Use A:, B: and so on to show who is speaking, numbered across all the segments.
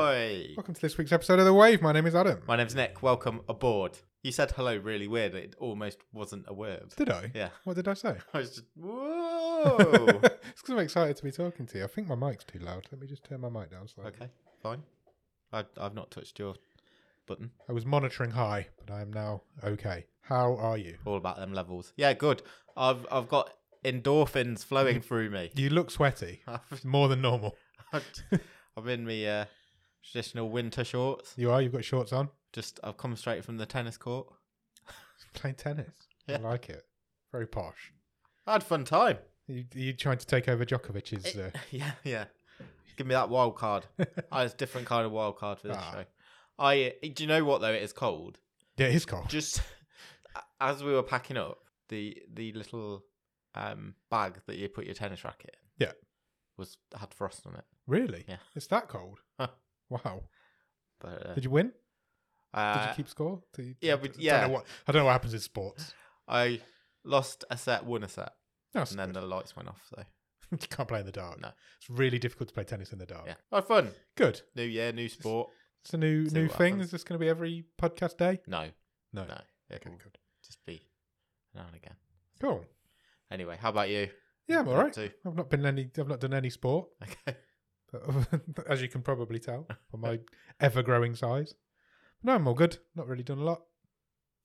A: welcome to this week's episode of The Wave. My name is Adam.
B: My name's Nick. Welcome aboard. You said hello really weird. It almost wasn't a word.
A: Did I?
B: Yeah. Oh.
A: What did I say?
B: I was just,
A: it's
B: whoa.
A: because I'm excited to be talking to you. I think my mic's too loud. Let me just turn my mic down slightly.
B: okay, fine. I, I've not touched your button.
A: I was monitoring high, but I am now okay. How are you?
B: All about them levels. Yeah, good. I've I've got endorphins flowing through me.
A: You look sweaty,
B: I've,
A: more than normal.
B: I'm in my uh, traditional winter shorts.
A: You are. You've got shorts on.
B: Just I've come straight from the tennis court.
A: Playing tennis.
B: Yeah.
A: I like it. Very posh.
B: I had a fun time.
A: You, you trying to take over Djokovic's? Uh,
B: yeah, yeah. Give me that wild card. I was a different kind of wild card for this
A: Ah.
B: show. I do you know what though? It is cold.
A: yeah, his cold.
B: Just as we were packing up, the the little um bag that you put your tennis racket in.
A: Yeah.
B: Was had frost on it.
A: Really?
B: Yeah.
A: It's that cold.
B: Huh.
A: Wow.
B: But uh,
A: Did you win? Did
B: uh,
A: you keep score? Do you-
B: yeah,
A: I
B: but-
A: don't know
B: yeah.
A: what- I don't know what happens in sports.
B: I lost a set, won a set,
A: No, it's
B: and then
A: good.
B: the lights went off. So
A: you can't play in the dark.
B: No.
A: It's really difficult to play tennis in the dark.
B: yeah, I had fun.
A: Good.
B: New year, new sport.
A: It's a new
B: See
A: new
B: what
A: thing.
B: happens.
A: Is this going to be every podcast day?
B: No,
A: No.
B: no, it
A: Okay,
B: will
A: good.
B: just be now and again.
A: Cool.
B: Anyway, how about you?
A: Yeah, I'm all
B: What you up
A: right.
B: to?
A: I've not been any. I've not done any sport,
B: Okay.
A: but- as you can probably tell from my ever-growing size. No, I'm all good. Not really done a lot.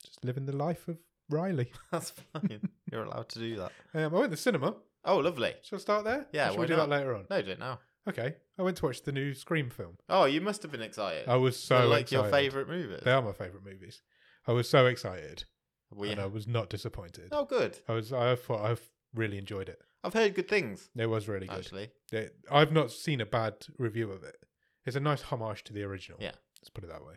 A: Just living the life of Riley.
B: That's fine. You're allowed to do that.
A: Um, I went to the cinema.
B: Oh, lovely.
A: Shall I start there?
B: Yeah,
A: Or shall
B: why
A: we do
B: not?
A: that later on?
B: No, do it now.
A: Okay. I went to watch the new Scream film.
B: Oh, you must have been excited.
A: I was so
B: They're Uh, like
A: excited.
B: your favourite movies.
A: They are my favorite movies. I was so excited,
B: We-
A: and I was not disappointed.
B: Oh, good.
A: I was. I thought I've really enjoyed it.
B: I've heard good things.
A: It was really good.
B: Actually,
A: It- I've not seen a bad review of it. It's a nice homage to the original.
B: Yeah.
A: let's put it that way.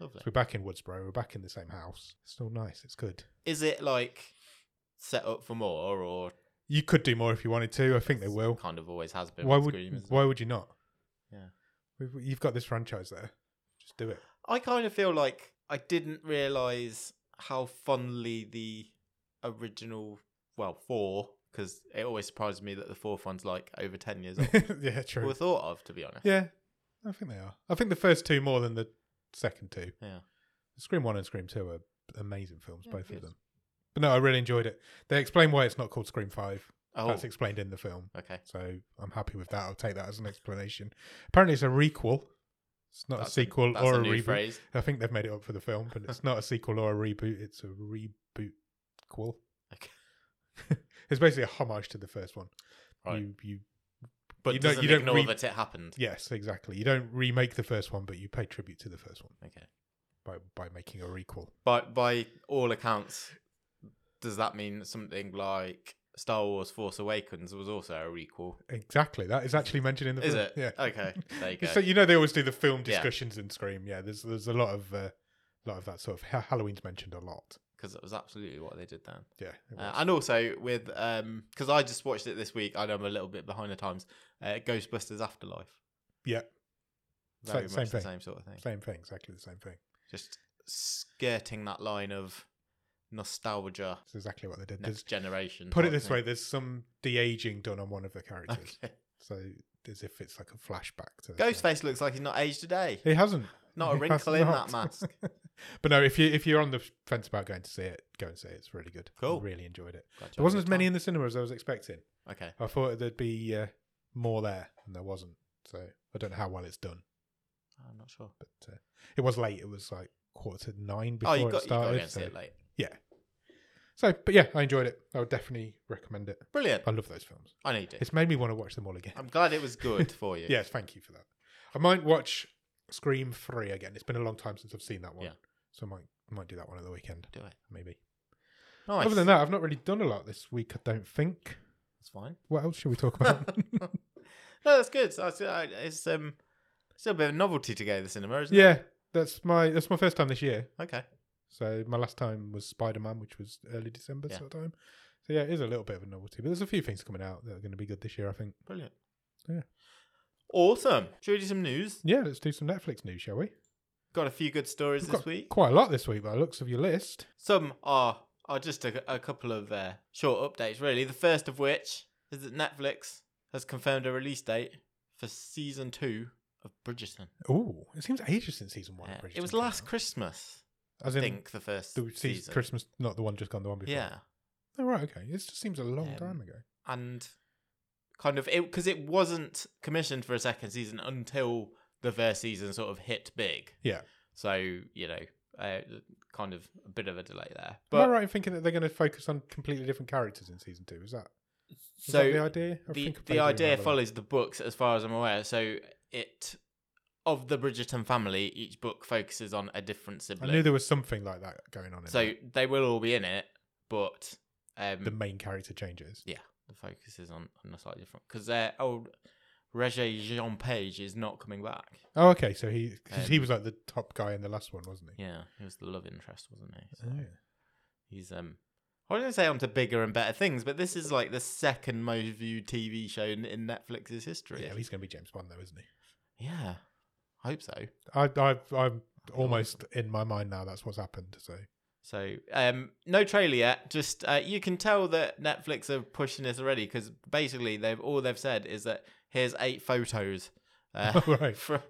B: lovely.
A: So we're back in Woodsboro. We're back in the same house. It's still nice. It's good.
B: Is it like set up for more, or
A: You could do more if you wanted to. I think they
B: It's
A: will.
B: Kind of always has been.
A: Why
B: with
A: would
B: Scream, isn't it?
A: Why would you not?
B: Yeah.
A: We've, you've got this franchise there. Just do it.
B: I kind of feel like I didn't realize how fondly the original, well, four, because it always surprises me that the fourth one's like over ten years old.
A: yeah, true.
B: were thought of, to be honest.
A: Yeah, I think they are. I think the first two more than the second two.
B: Yeah.
A: Scream One and Scream Two are amazing films,
B: Yeah,
A: both
B: good.
A: of them. But no, I really enjoyed it. They explain why it's not called Scream Five.
B: Oh,
A: That's explained in the film,
B: okay.
A: so I'm happy with that. I'll take that as an explanation. Apparently, it's a requel. It's not
B: That's
A: a sequel
B: that's
A: or a,
B: new
A: reboot.
B: phrase.
A: I think they've made it up for the film, but it's not a sequel or a reboot. It's a rebootquel.
B: Okay.
A: it's basically a homage to the first one.
B: Right.
A: You, you,
B: But
A: you don't-
B: doesn't
A: you don't
B: ignore
A: re-
B: that it happened.
A: yes, exactly. You don't remake the first one, but you pay tribute to the first one
B: Okay.
A: by by making a requel.
B: By by all accounts, does that mean something like Star Wars Force Awakens was also a requel?
A: Exactly. That is actually mentioned in the
B: Is
A: film.
B: it?
A: Yeah.
B: Okay. There you go.
A: So you know they always do the film
B: Yeah.
A: discussions in Scream. Yeah, there's there's a lot of uh, lot of that sort of Ha- Halloween's mentioned a lot.
B: Because that was absolutely what they did then.
A: Yeah. it
B: Uh,
A: was.
B: and also with um because I just watched it this week. I know I'm a little bit behind the times. Uh, Ghostbusters Afterlife.
A: yeah. Same-
B: Very much
A: same
B: the
A: thing.
B: same sort of thing.
A: Same thing. Exactly the same thing.
B: Just skirting that line of nostalgia,
A: It's exactly what they did.
B: next
A: There's,
B: generation.
A: put it
B: type
A: this way:
B: thing.
A: there's some de aging done on one of the characters,
B: Okay.
A: so as if it's like a flashback to the film.
B: Ghostface looks like he's not aged a day.
A: He hasn't.
B: Not a
A: He has
B: wrinkle in
A: not.
B: that mask.
A: but no, if you if you're on the fence about going to see it, go and see it. It's really good. I
B: Cool.
A: really enjoyed it.
B: Glad you had a
A: There wasn't
B: good
A: as many
B: time.
A: in the cinema as I was expecting.
B: Okay.
A: I thought there'd be uh, more there, and there wasn't. So I don't know how well it's done,
B: I'm not sure.
A: but uh, it was late. It was like quarter to nine
B: oh,
A: before
B: you
A: it
B: got, you got
A: started.
B: against
A: so,
B: it late.
A: so, but yeah, I enjoyed it. I would definitely recommend it.
B: Brilliant.
A: I love those films.
B: I know you did.
A: It's made me want to watch them all again.
B: I'm glad it was good for you.
A: Yes, thank you for that. I might watch Scream Three again. It's been a long time since I've seen that one,
B: Yeah.
A: so I might might do that one at the weekend,
B: Do it.
A: maybe.
B: Nice.
A: Other than that, I've not really done a lot this week. I don't think.
B: that's fine.
A: What else should we talk about?
B: no, that's good. That's, uh, it's um, still a bit of a novelty to go to the cinema, isn't
A: yeah, that's my that's my first time this year.
B: it? Okay.
A: So my last time was Spider Man, which was early December
B: Yeah.
A: sort of time. So yeah, it is a little bit of a novelty, but there's a few things coming out that are going to be good this year, I think.
B: Brilliant.
A: Yeah.
B: Awesome. Should we do some news?
A: Yeah, let's do some Netflix news, shall we?
B: Got a few good stories
A: We've
B: this
A: got
B: week.
A: Quite a lot this week by the looks of your list.
B: Some are are just a, a couple of uh, short updates, really. The first of which is that Netflix has confirmed a release date for season two of Bridgerton.
A: Oh, it seems ages since season one.
B: Yeah.
A: of
B: It was
A: Bridgerton came
B: last
A: out.
B: Christmas,
A: As
B: I
A: in
B: think, the first
A: the se-
B: season.
A: Christmas, not the one just gone, the one before.
B: Yeah,
A: Oh, right. Okay. It just seems a long
B: Um,
A: time ago.
B: and kind of it because it wasn't commissioned for a second season until the first season sort of hit big.
A: Yeah.
B: So you know, uh, kind of a bit of a delay there.
A: Am
B: But
A: I right in thinking that they're going to focus on completely different characters in season two? Is that, is
B: so
A: that the idea? I
B: the,
A: think I
B: the
A: vaguely
B: idea
A: remember that.
B: follows the books as far as I'm aware. So it of the Bridgerton family, each book focuses on a different
A: I
B: sibling.
A: knew there was something like that going on. In
B: so
A: there.
B: they will all be in it, but um,
A: the main character changes.
B: the focus is on, on a slightly different because their old Regé Jean Page is not coming back.
A: Oh, okay. So he 'cause
B: Um,
A: he was like the top guy in the last one, wasn't he?
B: Yeah, he was the love interest, wasn't he? So
A: Oh, Yeah.
B: He's um. I was going to say on to bigger and better things, but this is like the second most viewed TV show in, in Netflix's history.
A: Yeah, he's going to be James Bond, though, isn't he?
B: Yeah, I hope so.
A: I, I, I'm almost in my mind now. That's what's happened. So
B: So, um, no trailer yet. Just uh, you can tell that Netflix are pushing this already because basically they've all they've said is that here's eight photos uh,
A: Right.
B: from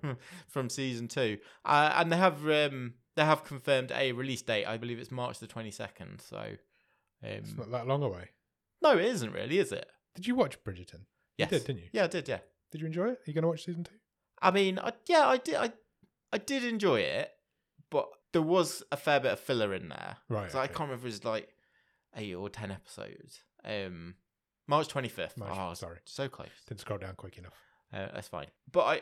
B: from season two, uh, and they have um, they have confirmed a release date. I believe it's March the twenty second. So,
A: it's
B: um,
A: not that long away.
B: no, it isn't really, is it?
A: Did you watch Bridgerton?
B: Yes,
A: You did, didn't you?
B: yeah, I did. Yeah,
A: Did you enjoy it? Are you going to watch season two?
B: I mean, I, yeah, I did. I I did enjoy it, but there was a fair bit of filler in there.
A: Right.
B: So I
A: okay.
B: can't remember if it was like eight or ten episodes. Um, March twenty fifth.
A: March-
B: Oh,
A: sorry.
B: so close.
A: Didn't scroll down quick enough.
B: Uh, that's fine. But I,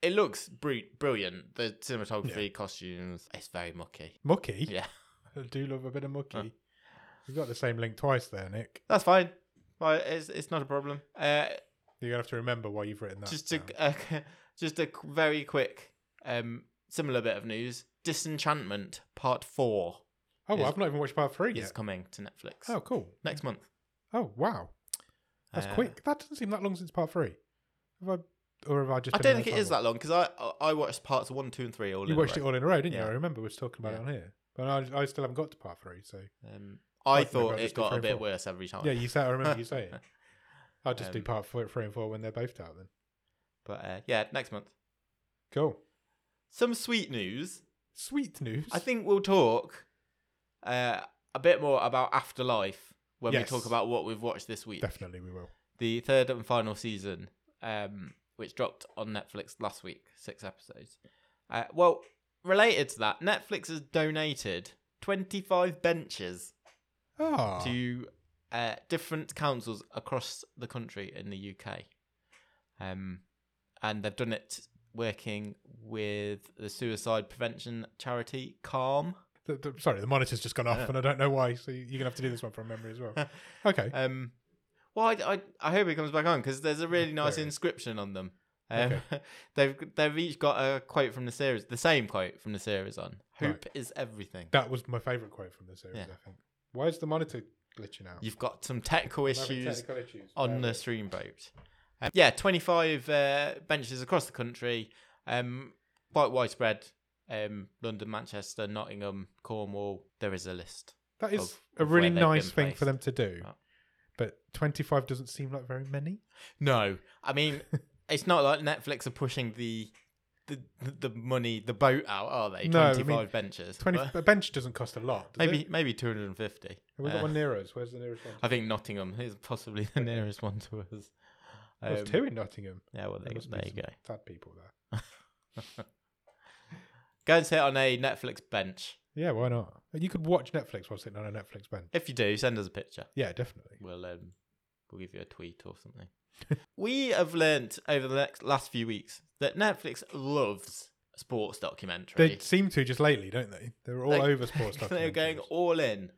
B: it looks br- brilliant. The cinematography, costumes. It's very mucky.
A: Mucky.
B: Yeah,
A: I do love a bit of mucky. We've got the same link twice there, Nick.
B: that's fine. Well, it's it's not a problem. Uh,
A: You're gonna have to remember why you've written that.
B: just
A: down.
B: a uh, just a qu- very quick, um, similar bit of news. Disenchantment Part Four
A: oh, well,
B: is-
A: I've not even watched part three
B: is
A: yet.
B: coming to Netflix
A: Oh, cool.
B: next month.
A: Oh, wow. That's
B: Uh,
A: quick. That doesn't seem that long since part three. Have I, or have I just?
B: I
A: been
B: don't
A: on
B: think it
A: a
B: is that long because I I- I watched parts one, two, and three all.
A: timeline?
B: in
A: You
B: a
A: watched
B: row.
A: it all in a row, didn't you?
B: Yeah.
A: I remember we was talking about
B: Yeah.
A: it on here, but I, I still haven't got to part three. So
B: Um, I,
A: I think
B: thought
A: I'll
B: it
A: just do
B: got
A: three
B: a
A: and
B: bit
A: four.
B: worse every time.
A: yeah, you say I remember you saying. I'll just do
B: Oh. Um,
A: part four, three and four when they're both out. Then
B: But uh, yeah, next month.
A: cool.
B: Some sweet news.
A: Sweet news.
B: I think we'll talk uh, a bit more about Afterlife when
A: Yes.
B: we talk about what we've watched this week.
A: definitely we will.
B: The third and final season, um, which dropped on Netflix last week, six episodes. Uh, well, related to that, Netflix has donated 25 benches
A: Ah,
B: to uh, different councils across the country in the UK. Um, and they've done it working with the suicide prevention charity Calm.
A: the, the- sorry, the monitor's just gone off,
B: Uh.
A: and I don't know why. So you're gonna have to do this one from memory as well. Okay.
B: Um, well, I, I, I hope it comes back on because there's a really nice
A: Fair enough.
B: inscription on them. Um, they've they've each got a quote from the series, the same quote from the series on. Hope is everything.
A: That was my favourite quote from the series,
B: Yeah.
A: I think. Why is the monitor glitching out?
B: You've got some technical
A: I'm having
B: issues
A: technical issues.
B: on
A: Bear
B: the stream boat. Um, yeah, 25 uh, benches across the country, um, quite widespread. Um, London, Manchester, Nottingham, Cornwall. There is a list.
A: with- That is
B: of-
A: a
B: of
A: really
B: where they've
A: nice
B: been
A: thing for them to do.
B: Oh.
A: But 25 doesn't seem like very many.
B: No, I mean it's not like Netflix are pushing the the the money the boat out, are they?
A: No, I mean,
B: 25 benches.
A: 20,
B: But
A: a bench doesn't cost a lot. Does
B: maybe
A: It?
B: maybe 250.
A: Have we got
B: Uh,
A: one near us? Where's the nearest one?
B: I think Nottingham is possibly the nearest one to us.
A: There's
B: Um,
A: two in Nottingham.
B: Yeah, well, there,
A: must be
B: there you
A: some
B: go.
A: Sad people there.
B: Go and sit on a Netflix bench.
A: Yeah, why not? You could watch Netflix while sitting on a Netflix bench.
B: If you do, send us a picture.
A: Yeah, definitely.
B: We'll um, we'll give you a tweet or something. we have learnt over the next last few weeks that Netflix loves sports documentaries.
A: They seem to just lately, don't they? They're all
B: Like,
A: over sports documentaries.
B: They're going all in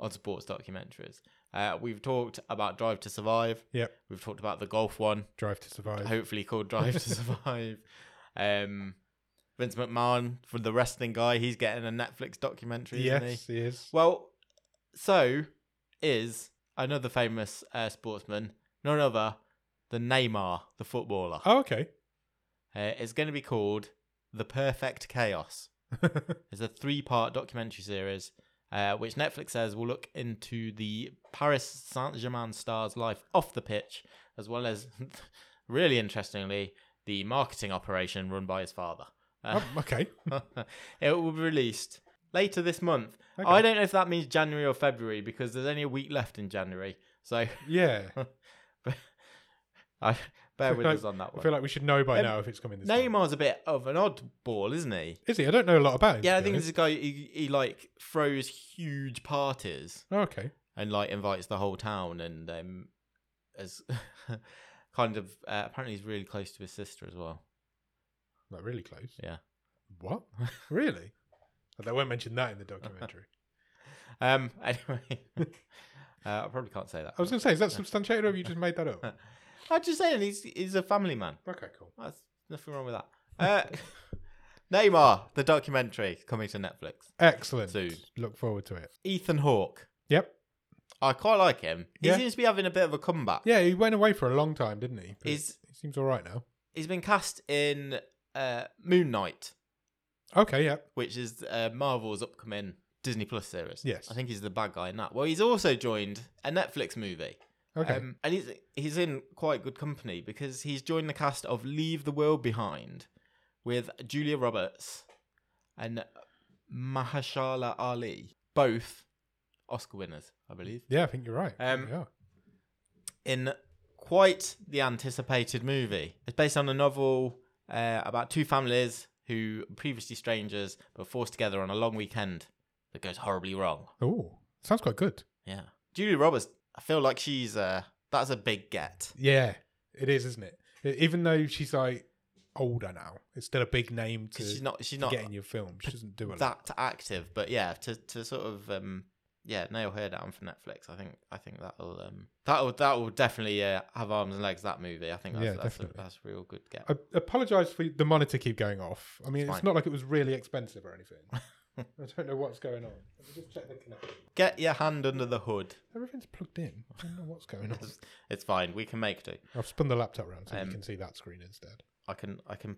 B: on sports documentaries. Uh, we've talked about Drive to Survive.
A: Yep.
B: We've talked about the golf one,
A: Drive to Survive.
B: hopefully called Drive to Survive. Um, Vince McMahon from the wrestling guy, he's getting a Netflix documentary, isn't he?
A: yes, he is.
B: Well, so is another famous uh, sportsman, none other than Neymar, the footballer.
A: Oh, okay.
B: Uh, it's going to be called The Perfect Chaos. It's a three part documentary series, uh, which Netflix says will look into the Paris Saint Germain star's life off the pitch, as well as, really interestingly, the marketing operation run by his father. Uh,
A: Oh, okay.
B: it will be released later this month.
A: Okay.
B: I don't know if that means January or February because there's only a week left in January. So
A: Yeah.
B: I bear
A: feel
B: with
A: like-
B: us on
A: I
B: that one.
A: feel like we should know by
B: Um,
A: now if it's coming this time.
B: Neymar's a bit of an oddball, isn't he?
A: Is he? I don't know a lot about him.
B: Yeah,
A: to
B: I
A: be
B: think this
A: honest.
B: is a guy he, he like throws huge parties
A: Oh, okay.
B: and like invites the whole town and um as kind of uh, apparently he's really close to his sister as well.
A: Not really close.
B: Yeah.
A: What? really? But They won't mention that in the documentary.
B: Um anyway. uh, I probably can't say that.
A: I was going to say, is that substantiated or have you just made that up?
B: I'm just saying he's he's a family man.
A: Okay, cool.
B: That's nothing wrong with that. Uh, Neymar, the documentary coming to Netflix.
A: Excellent.
B: Soon.
A: Look forward to it.
B: Ethan Hawke.
A: Yep.
B: I quite like him. He
A: Yeah.
B: seems to be having a bit of a comeback.
A: Yeah, he went away for a long time, didn't he? But
B: He's
A: he seems all right now.
B: he's been cast in uh, Moon Knight,
A: Okay, yep.
B: which is uh, Marvel's upcoming Disney Plus series.
A: Yes.
B: I think he's the bad guy in that. Well, he's also joined a Netflix movie.
A: Okay.
B: Um, and he's he's in quite good company because he's joined the cast of Leave the World Behind with Julia Roberts and Mahashala Ali, both Oscar winners, I believe,
A: yeah, I think you're right.
B: um,
A: yeah.
B: in quite the anticipated movie. It's based on a novel uh, about two families who were previously strangers but forced together on a long weekend that goes horribly wrong.
A: Oh, sounds quite good.
B: Yeah, Julia Roberts. I feel like she's uh, that's a big get.
A: Yeah, it is, isn't it? E- Even though she's like older now, it's still a big name to,
B: Because she's not, she's
A: to
B: not
A: get in your film. She doesn't do a lot.
B: that active, but yeah, to to sort of um yeah nail her down for Netflix. I think I think that'll um that'll that'll definitely uh, have arms and legs. That movie, I think that's
A: Yeah,
B: that's, a,
A: definitely.
B: that's a real good get.
A: I apologise for the monitor keep going off. I mean,
B: It's
A: it's,
B: fine.
A: not like it was really expensive or anything. I don't know what's going on. Let me just check the connection.
B: Get your hand under the hood.
A: Everything's plugged in. I don't know what's going on.
B: It's, it's fine. We can make do.
A: I've spun the laptop around so
B: Um,
A: you can see that screen instead.
B: I can I can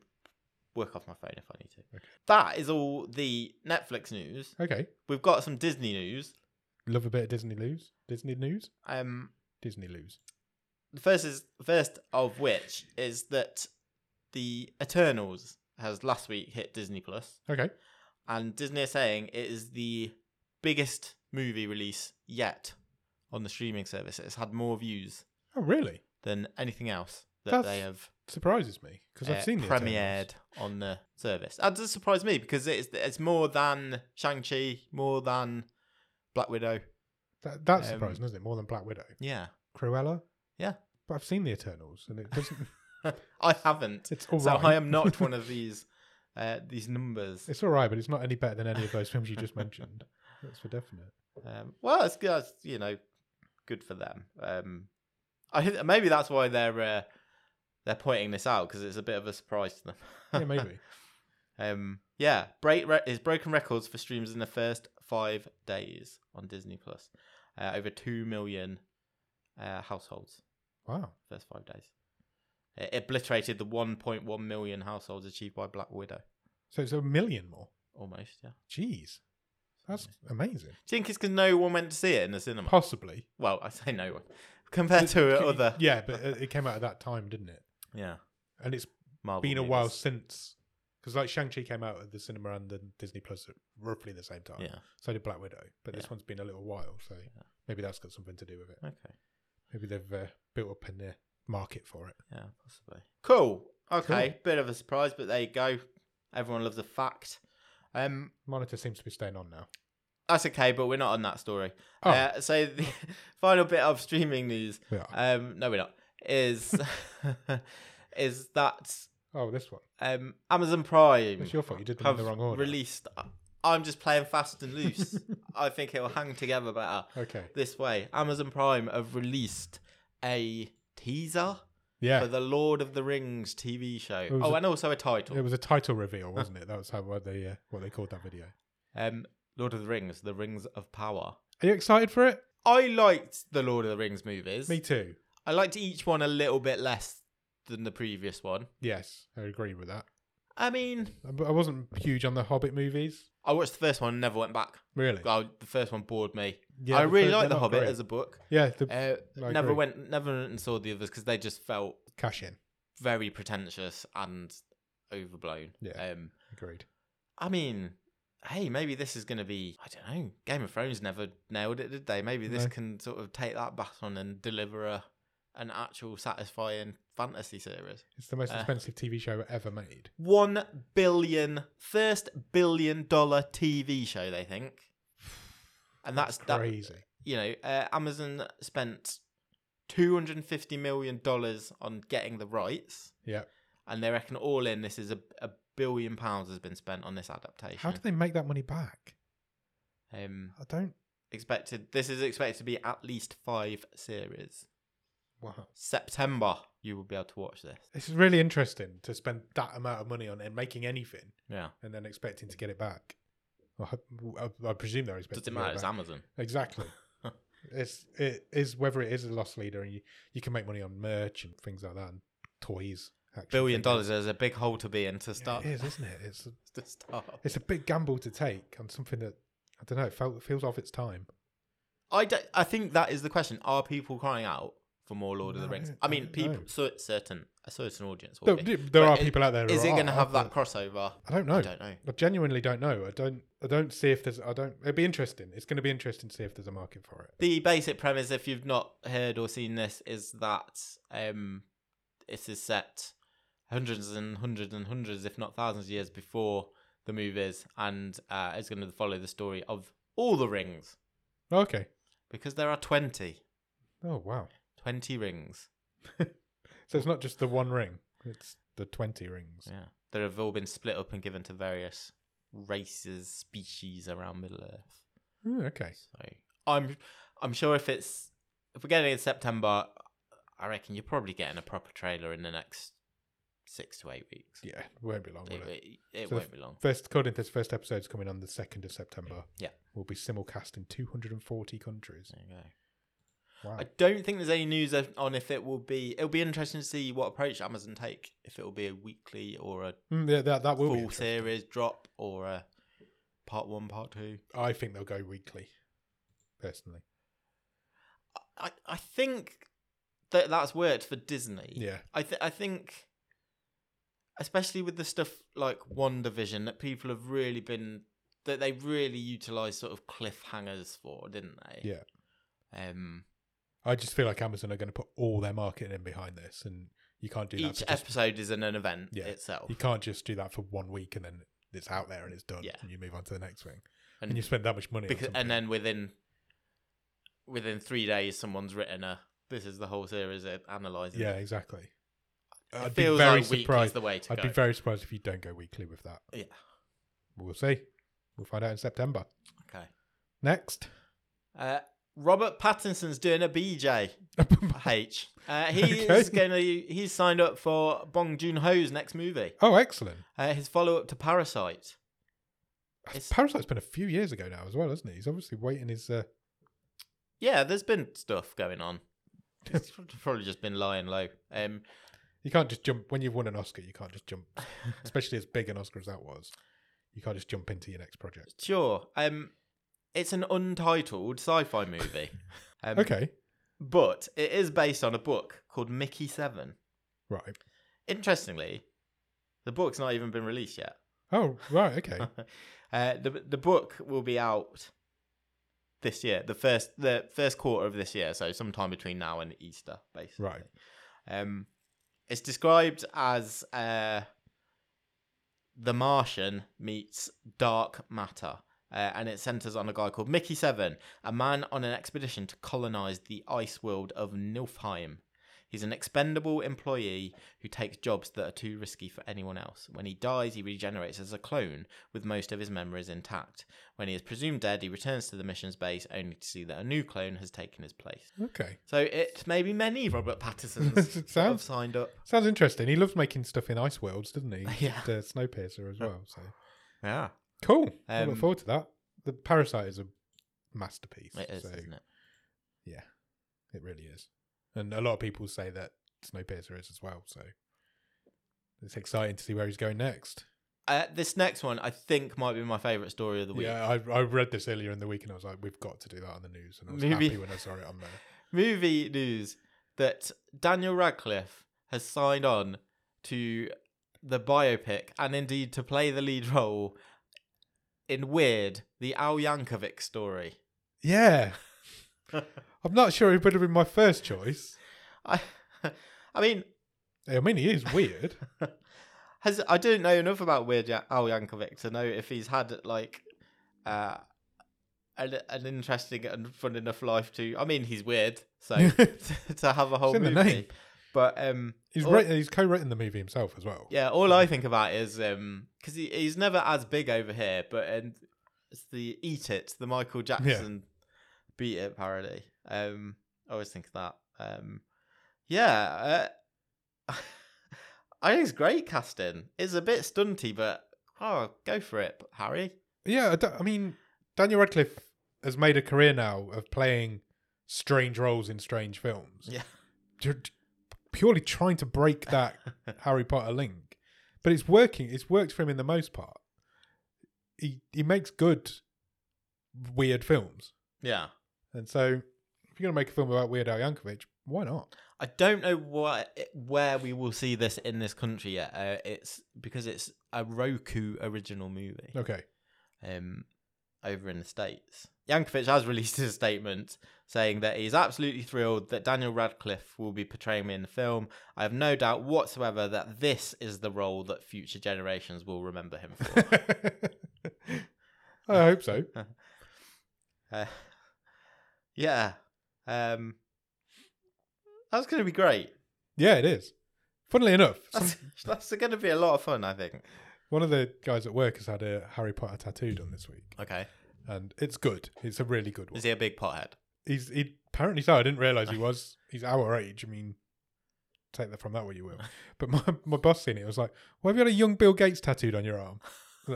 B: work off my phone if I need to. That is all the Netflix news.
A: Okay.
B: We've got some Disney news.
A: Love a bit of Disney news. Disney news.
B: Um,
A: Disney news.
B: the first is first of which is that the Eternals has last week hit Disney Plus.
A: Okay.
B: and Disney are saying it is the biggest movie release yet on the streaming service. It's had more views
A: Oh, really?
B: than anything else that
A: That's-
B: they have
A: Surprises me because
B: uh,
A: I've seen the
B: premiered on the service. That does surprise me because it's it's more than Shang Chi, more than Black Widow.
A: That, that's
B: Um,
A: surprising, isn't it? More than Black Widow.
B: Yeah,
A: Cruella.
B: Yeah.
A: But I've seen the Eternals, and it doesn't.
B: I haven't,
A: it's all right.
B: so I am not one of these uh, these numbers.
A: It's all right, but it's not any better than any of those films you just mentioned. That's for definite.
B: Um, well, it's good. It's, you know, good for them. Um, I think maybe that's why they're uh, they're pointing this out because it's a bit of a surprise to them.
A: Yeah, maybe.
B: um, yeah, break re- is broken records for streams in the first five days on Disney Plus. Uh, over two million uh, households
A: wow.
B: first five days. It obliterated the 1.1 million households achieved by Black Widow.
A: So it's a million more.
B: Almost, yeah.
A: Jeez. That's amazing.
B: Do you think it's because no one went to see it in the cinema?
A: Possibly.
B: well, I say no one compared to
A: Can-
B: other.
A: Yeah, but it it came out at that time, didn't it?
B: Yeah.
A: And it's
B: Marvel
A: been a
B: movies.
A: while since. Because like Shang Chi came out at the cinema and the Disney Plus at roughly the same time.
B: Yeah.
A: So did Black Widow, but this
B: Yeah.
A: one's been a little while, so
B: Yeah.
A: maybe that's got something to do with it.
B: Okay.
A: Maybe they've uh, built up in their market for it.
B: Yeah, possibly. Cool. Okay. Bit of a surprise, but there you go. Everyone loves a fact. Um,
A: Monitor seems to be staying on now.
B: that's okay, but we're not on that story.
A: Oh,
B: Uh, so the final bit of streaming news.
A: yeah.
B: Um, no, we're not. Is is that
A: oh, this one.
B: um Amazon Prime?
A: It's your fault. You did them in
B: have
A: the wrong order.
B: released. I'm just playing fast and loose. I think it'll hang together better
A: Okay.
B: this way. Amazon Prime have released a teaser
A: Yeah.
B: for the Lord of the Rings TV show.
A: was
B: Oh,
A: a-
B: and also a title.
A: It was a title reveal, wasn't it? That was how what they uh, what they called that video.
B: Um, Lord of the Rings, The Rings of Power.
A: Are you excited for it?
B: I liked the Lord of the Rings movies.
A: Me too.
B: I liked each one a little bit less than the previous one.
A: Yes, I agree with that.
B: I mean,
A: But I wasn't huge on the Hobbit movies,
B: I watched the first one and never went back.
A: really.
B: Oh, the first one bored me.
A: Yeah,
B: I
A: the
B: really
A: fir-
B: liked
A: they're
B: The
A: not
B: Hobbit
A: great.
B: as a book.
A: Yeah, the
B: Uh,
A: I
B: never
A: agree.
B: went, never went and saw the others because they just felt
A: cash in.
B: very pretentious and overblown.
A: Yeah.
B: Um,
A: Agreed.
B: I mean, hey, maybe this is going to be, I don't know, Game of Thrones never nailed it, did they? Maybe this
A: No.
B: can sort of take that baton and deliver a, an actual satisfying fantasy series.
A: It's the most
B: Uh.
A: expensive TV show ever made.
B: One billion, first billion dollar TV show, they think. And that's, that,
A: Crazy.
B: you know, uh, Amazon spent $250 million on getting the rights.
A: Yeah.
B: And they reckon all in, this is a, a billion pounds has been spent on this adaptation.
A: How do they make that money back?
B: um,
A: I don't.
B: expected this is expected to be at least five series
A: Wow.
B: september you will be able to watch this
A: It's really interesting to spend that amount of money on and making anything
B: yeah
A: and then expecting to get it back. Well, I, I- I presume they're expecting.
B: doesn't
A: to get
B: matter
A: it
B: it's
A: back.
B: amazon
A: Exactly. it's it is whether it is a loss leader and you, you can make money on merch and things like that and toys. action
B: billion
A: figures.
B: dollars is a big hole to be in to
A: Yeah,
B: start
A: It is, isn't it? It's a,
B: to start
A: it's a big gamble to take on something that I don't know. It felt feels of its time.
B: i don't, i think that is the question are people crying out for more lord of
A: No,
B: the rings
A: I
B: i mean
A: don't
B: people
A: know.
B: so certain a certain audience will
A: There,
B: be.
A: there are
B: But is-
A: people out there. who
B: is it
A: are,
B: going to have that
A: but
B: crossover
A: I don't know.
B: i
A: I,
B: don't know
A: genuinely don't know. I don't. I don't see if there's. I don't. It'd be interesting. It's going to be interesting to see if there's a market for it.
B: the basic premise, if you've not heard or seen this, is that um, it is set hundreds and hundreds and hundreds, if not thousands, of years before the movies, and uh, it's going to follow the story of all the rings
A: Okay.
B: because there are 20,
A: Oh wow.
B: 20 rings.
A: So it's not just the one ring. It's the twenty rings.
B: Yeah, that have all been split up and given to various races, species around Middle Earth.
A: Hmm, okay.
B: So I'm I'm sure if it's if we're getting it in September, I reckon you're probably getting a proper trailer in the next six to eight weeks.
A: Yeah. It won't be long. Will
B: It,
A: it?
B: it, it
A: So
B: won't be long.
A: First, according to this first episode's coming on the second of September.
B: Yeah.
A: Will be simulcast in two hundred and forty countries.
B: There you go.
A: Wow.
B: I don't think there's any news of- on if it will be. It'll be interesting to see what approach Amazon take. If it will be a weekly or a
A: Mm, yeah, that that will be
B: full
A: interesting.
B: series drop or a part one, part two.
A: I think they'll go weekly. Personally.
B: I I think that that's worked for Disney.
A: Yeah.
B: I th- I think, especially with the stuff like Wonder Vision, that people have really been that they really utilised sort of cliffhangers for, didn't they?
A: Yeah.
B: Um,
A: I just feel like Amazon are going to put all their marketing in behind this, and you can't do that.
B: each
A: For just,
B: episode is an, an event
A: Yeah.
B: itself.
A: you can't just do that for one week and then it's out there and it's done,
B: Yeah.
A: and you move on to the next thing. And,
B: And-
A: you spend that much money. on
B: because
A: something.
B: and then within within three days, someone's written a this is the whole series it analysing.
A: yeah, exactly.
B: It
A: I'd be
B: feels
A: very
B: like weekly is
A: surprised.
B: the way to
A: I'd
B: go.
A: be very surprised if you don't go weekly with that.
B: yeah.
A: We'll see. We'll find out in September.
B: Okay.
A: Next,
B: Uh, Robert Pattinson's doing a BJ. H. Uh, he's
A: Okay.
B: going to. He's signed up for Bong Joon Ho's next movie.
A: oh, excellent!
B: Uh, his follow up to Parasite. It's-
A: Parasite's been a few years ago now as well, hasn't it? He's obviously waiting his. Uh,
B: Yeah, there's been stuff going on. It's probably just been lying low. Um,
A: you can't just jump when you've won an Oscar. You can't just jump, especially as big an Oscar as that was. You can't just jump into your next project.
B: sure. Um, it's an untitled sci-fi movie. Um,
A: Okay,
B: But it is based on a book called Mickey Seven.
A: right.
B: Interestingly, the book's not even been released yet.
A: Oh, right. Okay.
B: uh, the the book will be out this year, the first the first quarter of this year, so sometime between now and Easter, basically.
A: Right.
B: Um, it's described as uh, the Martian meets dark matter. Uh, and it centers on a guy called Mickey Seven, a man on an expedition to colonize the ice world of Nilfheim. He's an expendable employee who takes jobs that are too risky for anyone else. When he dies, he regenerates as a clone with most of his memories intact. When he is presumed dead, he returns to the mission's base only to see that a new clone has taken his place.
A: Okay.
B: So it's maybe many Robert Pattersons
A: It
B: that have
A: sounds-
B: signed up.
A: Sounds interesting. He loves making stuff in ice worlds, doesn't he? He
B: Yeah.
A: did, uh, Snowpiercer as well. So
B: Yeah,
A: cool. I
B: Um,
A: look forward to that. The Parasite is a masterpiece.
B: it is,
A: so
B: isn't it?
A: yeah, it really is. And a lot of people say that Snowpiercer is as well. So it's exciting to see where he's going next.
B: Uh, this next one, I think, might be my favorite story of the week.
A: Yeah, I, I read this earlier in the week, and I was like, we've got to do that on the news. And I was
B: Maybe-
A: happy when I saw it on there.
B: Movie news that Daniel Radcliffe has signed on to the biopic and indeed to play the lead role in Weird, the Al Yankovic story.
A: Yeah. I'm not sure he would have been my first choice.
B: I, I mean,
A: I mean, he is weird.
B: has I don't know enough about Weird Ya- Al Yankovic to know if he's had like uh, an, an interesting and fun enough life to. I mean, he's weird, so to have a whole
A: It's in the
B: movie.
A: name.
B: But um,
A: He's
B: all-
A: written, he's co-written the movie himself as well.
B: Yeah, all I think about is um because he, he's never as big over here, but and it's the Eat It, the Michael Jackson Beat It parody. Um, I always think of that. Um, yeah, uh, I think it's great casting. It's a bit stunty, but oh, go for it, Harry.
A: Yeah, I, don't- I mean, Daniel Radcliffe has made a career now of playing strange roles in strange films.
B: Yeah.
A: Ju- ju- Purely trying to break that Harry Potter link, but it's working. It's worked for him in the most part. He he makes good, weird films,
B: Yeah,
A: and so if you're gonna make a film about Weird Al Yankovic, why not?
B: I don't know what where we will see this in this country yet. Uh, it's because it's a Roku original movie.
A: Okay,
B: um, over in the States. Yankovic has released a statement saying that he's absolutely thrilled that Daniel Radcliffe will be portraying me in the film. I have no doubt whatsoever that this is the role that future generations will remember him for.
A: I hope so.
B: Uh, yeah. Um, that's going to be great.
A: Yeah, it is. Funnily enough, some,
B: That's, that's going to be a lot of fun, I think.
A: one of the guys at work has had a Harry Potter tattoo done this week,
B: Okay.
A: and it's good. It's a really good one.
B: Is he a big pothead?
A: He's he apparently so. I didn't realize he was. He's our age. I mean, take that from that what you will. But my my boss seen it. Was like, why have you had a young Bill Gates tattooed on your arm?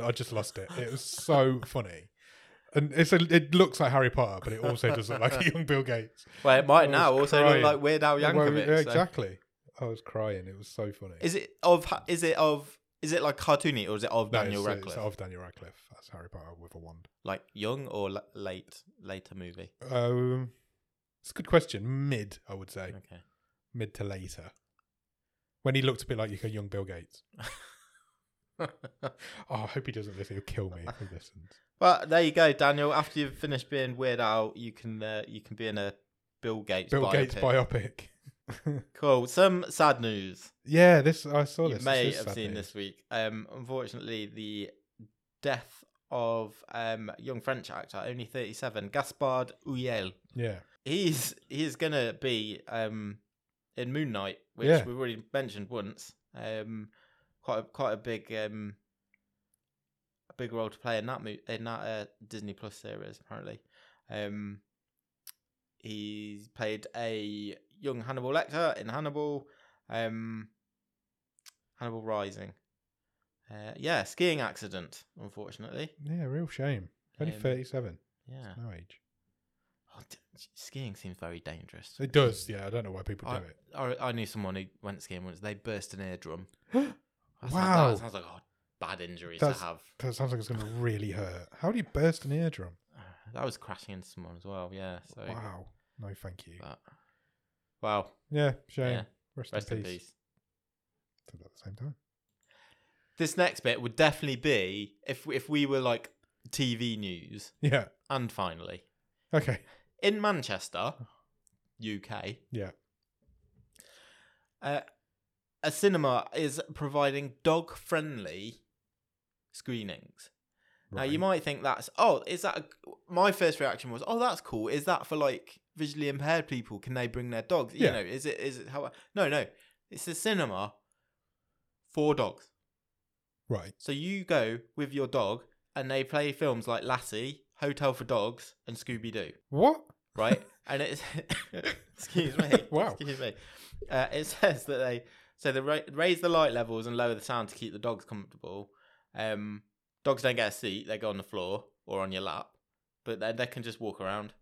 A: I just lost it. It was so funny, and it's a, it looks like Harry Potter, but it also does look like a young Bill Gates.
B: Well, it might
A: I
B: now
A: was
B: also
A: crying.
B: look like Weird Al
A: Well,
B: Yankovic.
A: yeah,
B: so-
A: exactly. I was crying. It was so funny.
B: Is it of? Is it of? Is it like cartoony or is it of
A: No,
B: Daniel
A: it's, uh,
B: Radcliffe?
A: It's of Daniel Radcliffe. That's Harry Potter with a wand.
B: like young or l- late later movie
A: Um, it's a good question. Mid, I would say.
B: okay
A: Mid to later. When he looked a bit like a young Bill Gates. Oh, I hope he doesn't listen. He'll kill me if he listens.
B: well there you go daniel after you've finished being weird out you can uh, you can be in a bill gates
A: Bill
B: biopic.
A: Gates biopic.
B: cool some sad news
A: yeah, this I saw
B: you
A: this.
B: may
A: Oh, this is
B: have
A: sad
B: seen
A: news.
B: this week um unfortunately the death of um young french actor only 37 gaspard Ulliel.
A: Yeah,
B: he's he's gonna be um in Moon Knight, which
A: Yeah.
B: we've already mentioned once. Um, quite a, quite a big um a big role to play in that mo- in that uh, Disney Plus series apparently. Um, he's played a young Hannibal Lecter in Hannibal, um, Hannibal Rising. Uh, yeah, skiing accident, unfortunately.
A: yeah, real shame. Only
B: Um,
A: thirty-seven.
B: Yeah,
A: No age.
B: Oh, d- skiing seems very dangerous.
A: It does. Yeah, I don't know why people do
B: Um, I,
A: it.
B: I, I knew someone who went skiing once. They burst an eardrum. That's
A: Wow.
B: Like, that sounds like a bad injury
A: That's-
B: to have.
A: That sounds like it's going to really hurt. How do you burst an eardrum?
B: That was crashing into someone as well. Yeah. So.
A: Wow. No, thank you.
B: But, wow.
A: Yeah, shame.
B: Yeah.
A: Rest,
B: Rest
A: in,
B: in
A: peace.
B: peace.
A: Said that at the same time.
B: This next bit would definitely be if if we were like TV news.
A: Yeah.
B: And finally,
A: Okay.
B: in Manchester, UK,
A: Yeah.
B: uh, a cinema is providing dog-friendly screenings. Now Uh, you might think that's oh, is that a, my first reaction was oh that's cool. Is that for like visually impaired people? Can they bring their dogs?
A: Yeah.
B: You know, is it is it how? No, no, it's a cinema for dogs.
A: right.
B: So you go with your dog and they play films like Lassie, Hotel for Dogs, and Scooby Doo,
A: What?
B: right? and it's excuse me,
A: Wow.
B: excuse me. Uh, it says that they so they ra- raise the light levels and lower the sound to keep the dogs comfortable. Um, dogs don't get a seat; they go on the floor or on your lap, but then they can just walk around.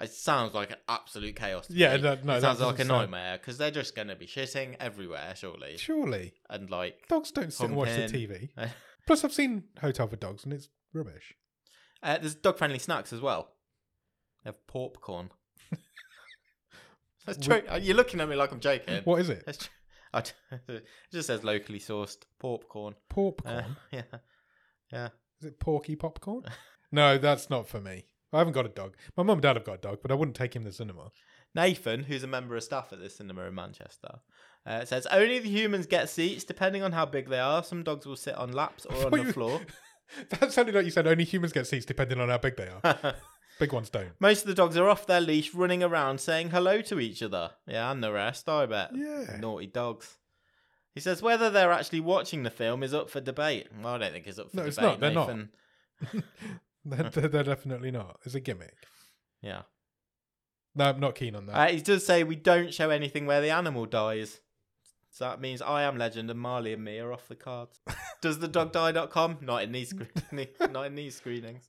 B: It sounds like an absolute chaos. to
A: Yeah.
B: me.
A: That, no.
B: it
A: that
B: sounds like a
A: doesn't sound-
B: nightmare because they're just going to be shitting everywhere, surely,
A: Surely
B: and like.
A: dogs don't sit and watch the
B: Pumping.
A: TV. Plus, I've seen Hotel for Dogs, and it's rubbish.
B: Uh, there's dog friendly snacks as well. They have popcorn. That's true. uh, You're looking at me like I'm joking.
A: What is it?
B: That's tr- I d- it just says locally sourced popcorn. Uh,
A: Popcorn.
B: yeah.
A: Is it porky popcorn? no, that's not for me. I haven't got a dog. My mum and dad have got a dog, but I wouldn't take him to the cinema.
B: Nathan, who's a member of staff at the cinema in Manchester, uh, says only the humans get seats. Depending on how big they are, some dogs will sit on laps or on
A: thought
B: the
A: you-
B: floor.
A: That sounded like you said only humans get seats depending on how big they are. big ones don't.
B: Most of the dogs are off their leash, running around, saying hello to each other. Yeah, and the rest, I bet.
A: Yeah.
B: Naughty dogs. He says whether they're actually watching the film is up for debate. Well, I don't think it's up for
A: No,
B: debate.
A: it's not. They're not.
B: Nathan.
A: They're, they're- they're definitely not. It's a gimmick.
B: Yeah.
A: No, I'm not keen on that.
B: Uh, he does say we don't show anything where the animal dies. So that means I am legend and Marley and me are off the cards. does the dog die.com? Not in these screen- not in these screenings.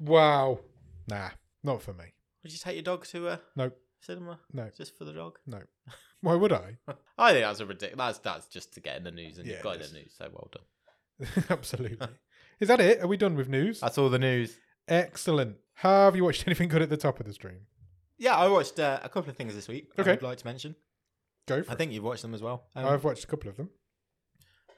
A: wow. Nah, not for me.
B: Would you take your dog to a
A: No.
B: cinema
A: No,
B: just for the dog?
A: no. Why would I?
B: I think that's a ridiculous. That's that's just to get in the news, and
A: Yeah,
B: you've got
A: it
B: in the
A: is.
B: news. So well done.
A: Absolutely. Is that it? Are we done with news?
B: That's all the news.
A: Excellent. Have you watched anything good at the top of the stream?
B: Yeah, I watched uh, a couple of things this week.
A: Okay.
B: I'd like to mention.
A: Go for
B: I think you've watched them as well.
A: it.
B: Um,
A: I've watched a couple of them.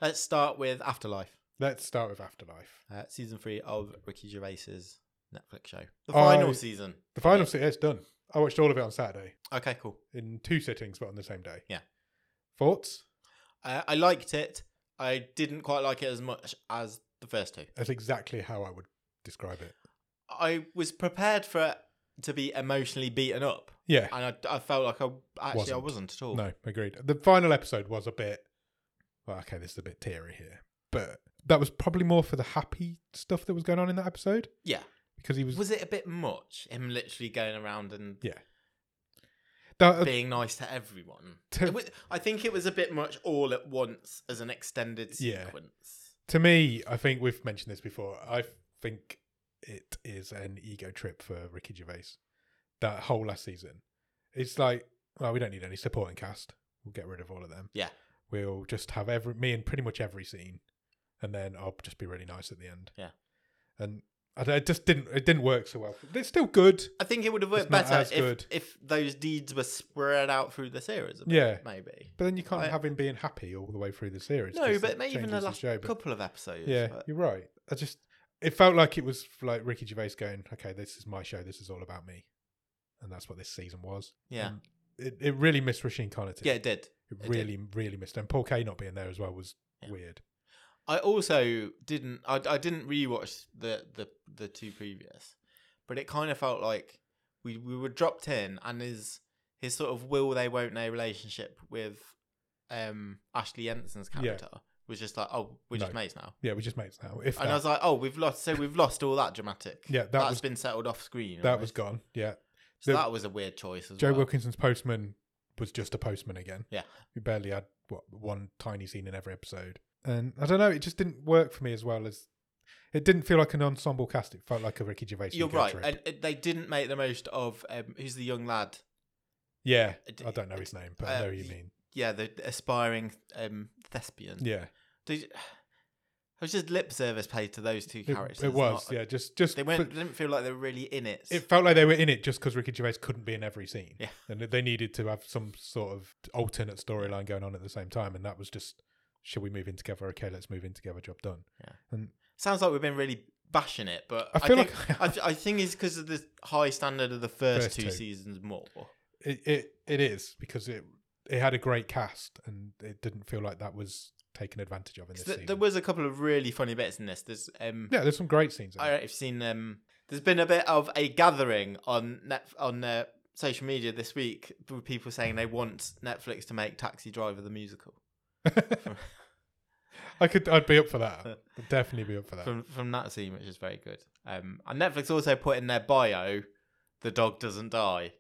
B: let's start with Afterlife,
A: Let's start with Afterlife.
B: uh, season three of Ricky Gervais's Netflix show. The
A: I-
B: final season.
A: The final se- yeah, it's done. I watched all of it on Saturday
B: Okay, cool.
A: in two sittings, but on the same day.
B: Yeah.
A: Thoughts?
B: Uh, I liked it. I didn't quite like it as much as the first two.
A: That's exactly how I would describe it.
B: I was prepared for it to be emotionally beaten up,
A: Yeah.
B: and I, I felt like I actually I
A: Wasn't.
B: wasn't at all.
A: No, agreed. The final episode was a bit. Well, okay, this is a bit teary here, but that was probably more for the happy stuff that was going on in that episode
B: Yeah.
A: because he was.
B: Was it a bit much? Him literally going around and
A: Yeah. that, uh,
B: being nice to everyone.
A: To-
B: It was- I think it was a bit much all at once as an extended
A: Yeah.
B: sequence.
A: to me, I think we've mentioned this before. I think it is an ego trip for Ricky Gervais. That whole last season, it's like, well, we don't need any supporting cast. We'll get rid of all of them.
B: Yeah.
A: we'll just have every me in pretty much every scene, and then I'll just be really nice at the end.
B: Yeah.
A: and I, d- it just didn't. It didn't work so well. It's still good.
B: I think it would have
A: It's
B: worked
A: not
B: better
A: as
B: if,
A: good.
B: if those deeds were spread out through the series. A bit,
A: Yeah.
B: maybe.
A: But then you can't
B: I-
A: have him being happy all the way through the series.
B: No,
A: 'cause
B: but
A: it
B: maybe even
A: changes
B: the last
A: show, but-
B: couple of episodes.
A: Yeah,
B: but-
A: you're right. I just it felt like it was like Ricky Gervais going, "Okay, this is my show. This is all about me," and that's what this season was.
B: yeah,
A: And it it really missed Rasheen Connaughton.
B: yeah. It did.
A: it
B: did.
A: really really missed. And Paul K not being there as well was
B: Yeah.
A: weird.
B: I also didn't. I, I didn't rewatch the the the two previous, but it kind of felt like we we were dropped in, and his his sort of will they won't they relationship with um Ashley Jensen's
A: Yeah.
B: character was just like, oh, we're just
A: No.
B: mates now.
A: Yeah, we just mates now. If
B: And I
A: that,
B: was like, oh, we've lost. So we've lost all that dramatic.
A: Yeah, that
B: has
A: was-
B: been settled off screen.
A: that was
B: almost.
A: gone. Yeah,
B: So
A: the-
B: that was a weird choice as
A: Joe
B: well.
A: Wilkinson's postman was just a postman again.
B: Yeah.
A: we barely had what one tiny scene in every episode, and I don't know. It just didn't work for me as well as. It didn't feel like an ensemble cast. It felt like a Ricky Gervais.
B: You're
A: ego
B: right,
A: trip.
B: and uh, they didn't make the most of um, who's the young lad.
A: yeah,
B: It-
A: I don't know
B: it-
A: his name, but I
B: uh,
A: know who you
B: y-
A: mean.
B: Yeah, the aspiring um, thespian.
A: Yeah,
B: Did, it was just lip service played to those two
A: it,
B: characters.
A: it was.
B: not-
A: yeah, just just
B: They
A: for-
B: weren't. They didn't feel like they were really in it.
A: It felt like they were in it just because Ricky Gervais couldn't be in every scene.
B: Yeah.
A: and they needed to have some sort of alternate storyline going on at the same time, and that was just. Should we move in together? Okay, let's move in together. Job done.
B: Yeah.
A: And
B: Sounds like we've been really bashing it, but
A: I
B: I,
A: feel
B: think
A: like-
B: I, th- I think it's because of the high standard of the first,
A: First
B: two,
A: two.
B: seasons more.
A: it, it it is because it it had a great cast, and it didn't feel like that was taken advantage of in
B: 'Cause
A: this
B: th-
A: season.
B: there was a couple of really funny bits in this. There's um,
A: yeah, there's some great scenes. In it.
B: I've seen um, there's been a bit of a gathering on net on uh, social media this week with people saying they want Netflix to make Taxi Driver the musical
A: I could. I'd be up for that. I'd definitely be up for that.
B: from from that scene, which is very good. Um, and Netflix also put in their bio, "The dog doesn't die,"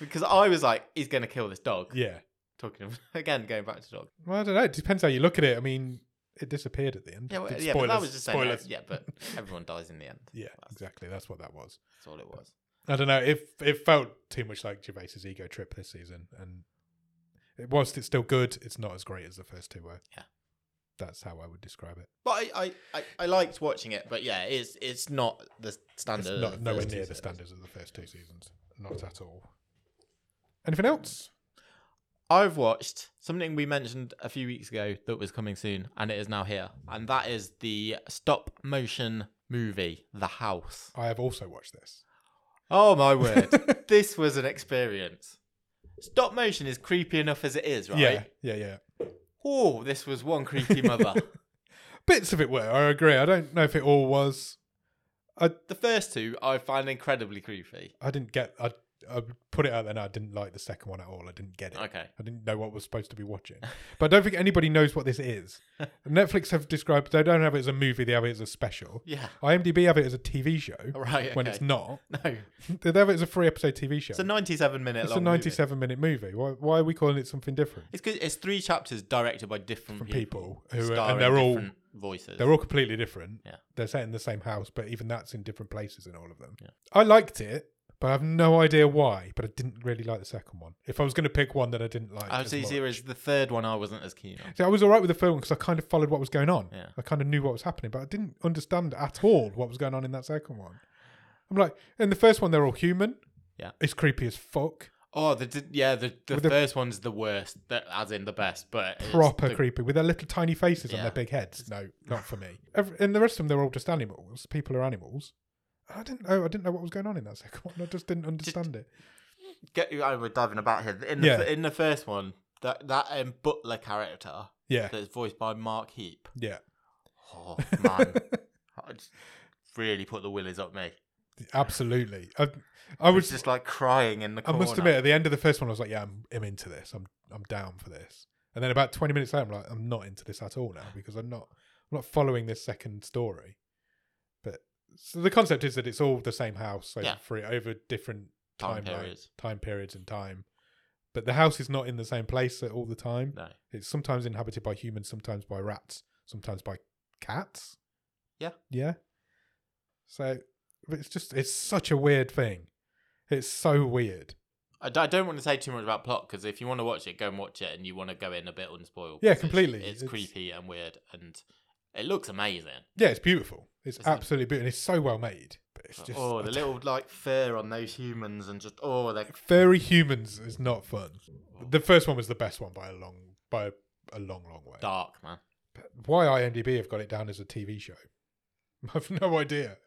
B: because I was like, "He's gonna kill this dog."
A: Yeah.
B: Talking of, again, going back to dog.
A: Well, I don't know. It depends how you look at it. I mean, it disappeared at the end.
B: Yeah, well,
A: Did-
B: yeah, but that was just saying,
A: spoilers.
B: yeah, but everyone dies in the end.
A: Yeah, exactly. That's what that was.
B: That's all it was.
A: I don't know. It it felt too much like Gervais's ego trip this season, and it, whilst it's still good, it's not as great as the first two were.
B: Yeah.
A: that's how I would describe it.
B: But I, I, I, I liked watching it, but yeah, it's it's not the standard.
A: It's
B: of
A: not
B: Uh, the
A: nowhere
B: first two
A: near the
B: series.
A: standards of the first two seasons. Not at all. Anything else?
B: I've watched something we mentioned a few weeks ago that was coming soon, and it is now here. And that is the stop motion movie, The House.
A: I have also watched this.
B: Oh my word. this was an experience. Stop motion is creepy enough as it is, right?
A: Yeah, yeah, yeah.
B: Oh, this was one creepy mother.
A: Bits of it were. I agree. I don't know if it all was.
B: the first two I find incredibly creepy.
A: I didn't get. I, I put it out there. Now. I didn't like the second one at all. I didn't get it.
B: Okay.
A: I didn't know what was supposed to be watching. But I don't think anybody knows what this is. Netflix have described they don't have it as a movie. They have it as a special.
B: Yeah.
A: IMDb have it as a TV show
B: Right. Okay.
A: when it's not.
B: no.
A: They have it as a three episode TV show.
B: It's a 97 minute
A: It's a
B: long.
A: 97
B: 97.
A: minute movie. Why, why are we calling it something different?
B: It's good. It's three chapters directed by different
A: From
B: people.
A: people who are,
B: starring
A: and they're all
B: different voices.
A: they're all completely different.
B: Yeah.
A: They're set in the same house, but even that's in different places in all of them.
B: Yeah.
A: I liked it, but I have no idea why. But I didn't really like the second one. If I was going to pick one that I didn't like,
B: I
A: as
B: was
A: much-
B: easier as the third one. I wasn't as keen on.
A: See, I was all right with the film because I kind of followed what was going on.
B: Yeah.
A: I kind of knew what was happening, but I didn't understand at all what was going on in that second one. I'm like, in the first one, they're all human.
B: Yeah.
A: It's creepy as fuck.
B: Oh, the, the yeah, the, the
A: With the-
B: first one's the worst, the, as in the best, but it's
A: Proper
B: the-
A: creepy with their little tiny faces on
B: Yeah.
A: their big heads. No, not for me. Every, and the rest of them, they're all just animals. People are animals. I didn't know. I didn't know what was going on in that second one. I just didn't understand it.
B: Get you over diving about here. In the,
A: Yeah.
B: in the first one, that that um, butler character
A: Yeah,
B: that's voiced by Mark Heap.
A: yeah.
B: Oh man, I just really put the willies up me.
A: Absolutely. I, I
B: I was
A: was.
B: just like crying in the
A: I
B: corner.
A: must admit, at the end of the first one, I was like, "Yeah, I'm, I'm into this. I'm, I'm down for this." And then about 20 minutes later, I'm like, "I'm not into this at all now because I'm not, I'm not following this second story." But so the concept is that it's all the same house over
B: Yeah.
A: three over different
B: Time
A: timelines,
B: periods.
A: time periods, and time. But the house is not in the same place at all the time.
B: No.
A: It's sometimes inhabited by humans, sometimes by rats, sometimes by cats.
B: Yeah.
A: Yeah. So but it's just it's such a weird thing. It's so weird.
B: I, d- I don't want to say too much about plot because if you want to watch it, go and watch it, and you want to go in a bit unspoiled.
A: Yeah,
B: 'cause it's-
A: completely.
B: It's,
A: It's-
B: creepy and weird, and it looks amazing.
A: Yeah, it's beautiful. It's
B: Isn't it?
A: absolutely beautiful. And it's so well made. But it's
B: But,
A: just
B: oh,
A: I
B: the
A: don't-
B: little like fur on those humans, and just oh, they're
A: furry humans is not fun. The first one was the best one by a long by a, a long, long way.
B: dark, man.
A: But Why IMDb have got it down as a TV show? I've no idea.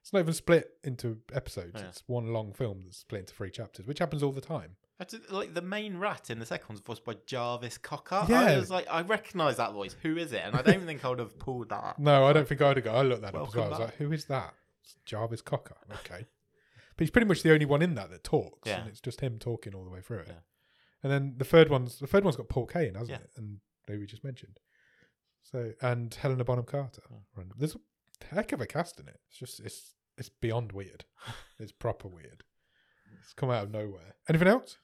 A: It's not even split into episodes.
B: Yeah.
A: It's one long film that's split into three chapters, which happens all the time.
B: That's it, like the main rat in the second one's voiced by Jarvis Cocker. I
A: Yeah.
B: was like, I recognise that voice. Who is it? And I don't think I would have pulled that. up.
A: No, I don't think I'd have got. I looked that up as
B: Welcome
A: well. I was
B: back.
A: like, who is that? It's Jarvis Cocker. Okay. but he's pretty much the only one in that that talks.
B: Yeah.
A: And it's just him talking all the way through it.
B: Yeah.
A: And then the third one's the third one's got Paul Kane, hasn't
B: Yeah.
A: it? And who we just mentioned. So and Helena Bonham Carter.
B: Hmm.
A: Random. There's a heck of a cast in it. It's just it's it's beyond weird. it's proper weird. It's come out of nowhere. Anything else?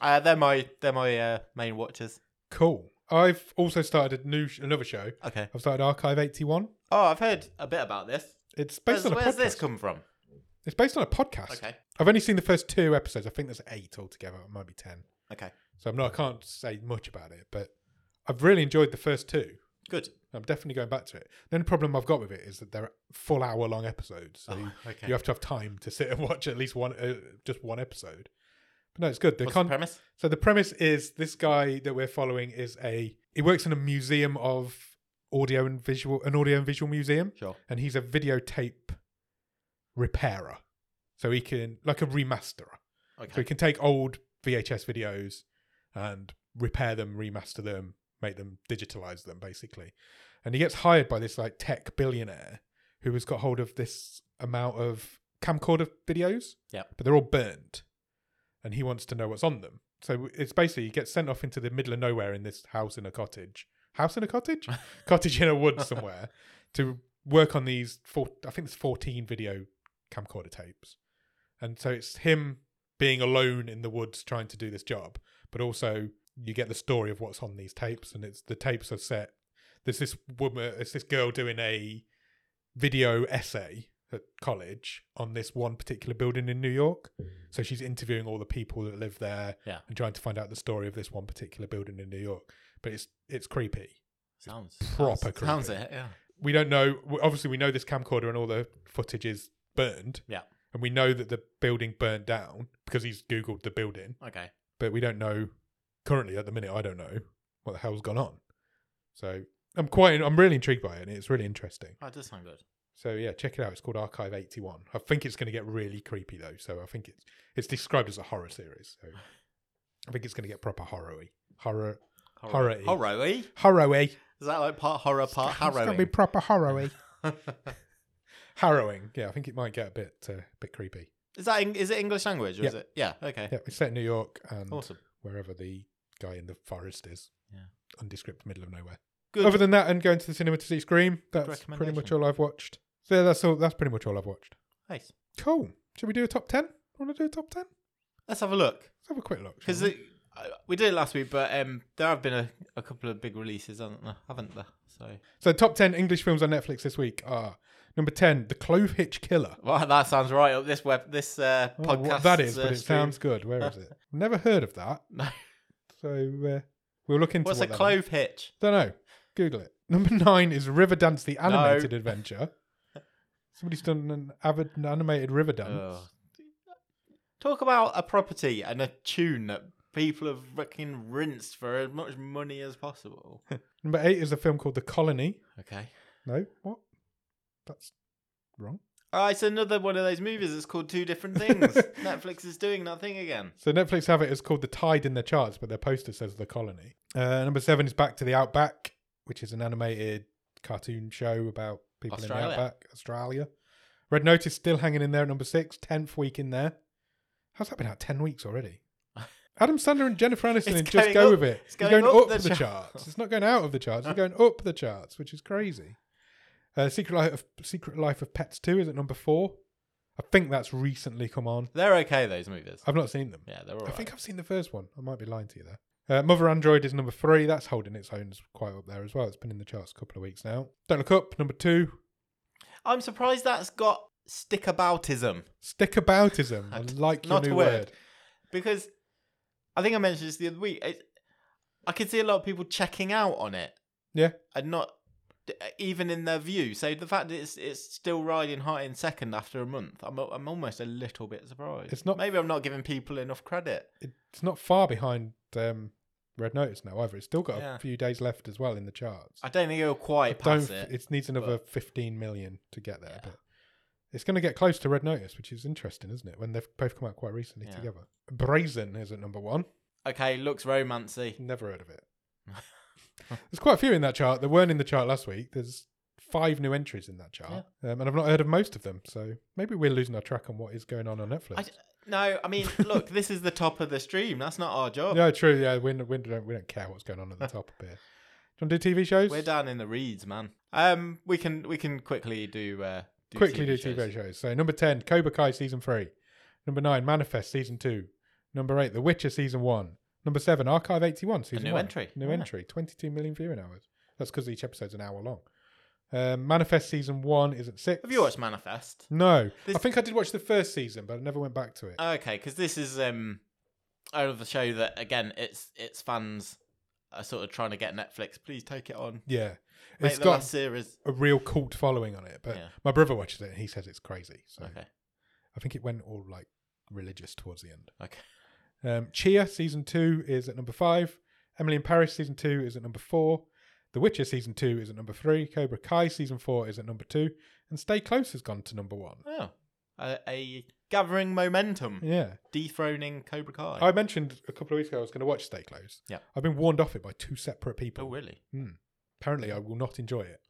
B: Uh, they're my they're my uh, main watchers.
A: Cool. I've also started a new sh- another show.
B: Okay.
A: I've started Archive 81.
B: Oh, I've heard a bit about this.
A: It's
B: Where's,
A: based on a
B: where's
A: podcast.
B: this come from?
A: It's based on a podcast.
B: Okay.
A: I've only seen the first two episodes. I think there's eight altogether. It might be ten.
B: Okay.
A: So I'm not. I can't say much about it, but I've really enjoyed the first two.
B: Good.
A: I'm definitely going back to it. The only problem I've got with it is that they're full hour long episodes, so you,
B: Oh, okay.
A: you have to have time to sit and watch at least one, uh, just one episode. But no, it's good. The
B: What's
A: con-
B: the premise?
A: so the premise is this guy that we're following is a he works in a museum of audio and visual an audio and visual museum
B: Sure.
A: and he's a videotape repairer. So he can like a remasterer. So
B: Okay.
A: he can take old VHS videos and repair them, remaster them, make them digitalize them basically. And he gets hired by this like tech billionaire who has got hold of this amount of camcorder videos.
B: Yep.
A: But they're all burnt. And he wants to know what's on them. So it's basically he gets sent off into the middle of nowhere in this house in a cottage. House in a cottage? cottage in a wood somewhere to work on these four I think there's 14 video camcorder tapes. And so it's him being alone in the woods trying to do this job, but also you get the story of what's on these tapes, and it's the tapes are set. There's this woman, it's this girl doing a video essay at college on this one particular building in New York. So she's interviewing all the people that live there
B: Yeah.
A: and trying to find out the story of this one particular building in New York. But it's it's creepy.
B: Sounds
A: proper
B: sounds, sounds
A: creepy.
B: it. Yeah.
A: We don't know. we- Obviously, we know this camcorder and all the footage is burned.
B: Yeah.
A: And we know that the building burned down because he's googled the building
B: Okay.
A: but we don't know currently at the minute I don't know what the hell's gone on. So I'm quite I'm really intrigued by it and it's really interesting.
B: Oh, it does sound good.
A: So yeah, check it out. It's called Archive 81. I think it's going to get really creepy though. So I think it's it's described as a horror series. So I think it's going to get proper horror-y. Horror
B: Horror.
A: Horror-y.
B: Horror-y?
A: horror-y.
B: Is that like part horror, part
A: It's going to be
B: Uh, harrowing?
A: proper horror-y. Harrowing. Yeah, I think it might get a bit uh, bit creepy.
B: is that in, is it English language or is
A: Yeah.
B: it? Yeah. Okay.
A: Yeah, it's set in New York and
B: Awesome.
A: wherever the guy in the forest is.
B: Yeah.
A: Undescript middle of nowhere.
B: Good.
A: Other than that, and going to the cinema to see Scream. That's pretty much
B: recommendation.
A: all I've watched. So that's all. That's pretty much all I've watched.
B: nice.
A: Cool. Should we do a top ten? Want to do a top ten? Let's
B: Let's have a look
A: have a quick look. shall
B: because
A: we?
B: we did it last week, but um, there have been a, a couple of big releases, haven't there? Haven't there? So
A: so top ten English films on Netflix this week are number ten, The Clove Hitch Killer.
B: well, that sounds right up this web this uh,
A: I don't know
B: podcast.
A: what Oh, that is,
B: uh,
A: but it
B: stream.
A: sounds good. Where is it? Never heard of that.
B: uh, No.
A: So uh, we'll look into
B: What's
A: what
B: a clove hitch?
A: Don't know. Google it. Number nine is River Dance: The Animated
B: No.
A: Adventure. Somebody's done an avid an animated river dance.
B: Ugh. Talk about a property and a tune that people have fucking rinsed for as much money as possible.
A: Number eight is a film called The Colony.
B: okay.
A: No, what? That's wrong.
B: Oh, it's another one of those movies that's called two different things. Netflix is doing that thing again.
A: So Netflix have it as called The Tide in their charts, but their poster says The Colony. Uh, number seven is Back to the Outback, which is an animated cartoon show about people in
B: Australia.
A: the outback, Australia. Red Notice still hanging in there at number six, tenth week in there. How's that been out? Ten weeks already. Adam Sandler and Jennifer Aniston
B: It's
A: in Just
B: going
A: Go
B: up-
A: With It.
B: it's
A: It's
B: going
A: going,
B: up
A: up, the,
B: the chart.
A: charts. It's not going out of the charts. It's going up the charts, which is crazy. Uh, Secret Life of Secret Life of Pets Two is at number four. I think that's recently come on.
B: They're okay, those movies.
A: I've not seen them.
B: Yeah, they're all
A: I
B: right.
A: think I've seen the first one. I might be lying to you there. Uh, Mother Android is number three. That's holding its own quite up there as well. It's been in the charts a couple of weeks now. Don't Look Up, number two.
B: I'm surprised that's got stickaboutism
A: Stickaboutism. I like your
B: Not a
A: new
B: word.
A: word.
B: because I think I mentioned this the other week. It, I could see a lot of people checking out on it
A: Yeah.
B: and not uh, even in their view. So the fact that it's it's still riding high in second after a month, I'm I'm almost a little bit surprised.
A: It's not-
B: Maybe I'm not giving people enough credit.
A: It's not far behind um, Red Notice now either. It's still got
B: Yeah.
A: a few days left as well in the charts.
B: I don't think it'll quite pass
A: Don't,
B: it.
A: it needs another 15 million to get there. But it's going to get close to Red Notice, which is interesting, isn't it? When they've both come out quite recently
B: Yeah.
A: together. Brazen is at number one.
B: Okay, looks romancy.
A: Never heard of it. There's quite a few in that chart that weren't in the chart last week. There's five new entries in that chart, um, and I've not heard of most of them. So maybe we're losing our track on what is going on on Netflix.
B: I d no, I mean, look, this is the top of the stream. That's not our job.
A: yeah, true. Yeah, we, we don't we don't care what's going on at the top of here. Do you want to do TV shows?
B: We're down in the reeds, man. Um, we can we can quickly do uh, do
A: Quickly
B: TV
A: do TV
B: shows.
A: shows. So number ten, Cobra Kai season three. Number nine, Manifest season two. Number eight, The Witcher season one. Number seven, Archive eighty one season
B: new
A: one.
B: entry.
A: New
B: Yeah.
A: entry. Twenty two million viewing hours. That's because each episode's an hour long. Um, Manifest season one is at six.
B: Have you watched Manifest?
A: No,
B: This- Oh.
A: I think I did watch the first season, but I never went back to it.
B: Okay, because this is um, another show that again, it's its fans are sort of trying to get Netflix. Please take it on.
A: yeah,
B: Make
A: it's
B: the
A: got
B: last series.
A: a real cult following on it. But
B: Yeah.
A: my brother watches it and he says it's crazy. So
B: Okay,
A: I think it went all like religious towards the end.
B: okay.
A: Um, Chia season two is at number five. Emily in Paris season two is at number four. The Witcher season two is at number three. Cobra Kai season four is at number two, and Stay Close has gone to number one.
B: Oh, a, a gathering momentum,
A: Yeah,
B: dethroning Cobra Kai.
A: I mentioned a couple of weeks ago I was going to watch Stay Close.
B: Yeah.
A: I've been warned off it by two separate people.
B: Oh, really?
A: Apparently, I will not enjoy it.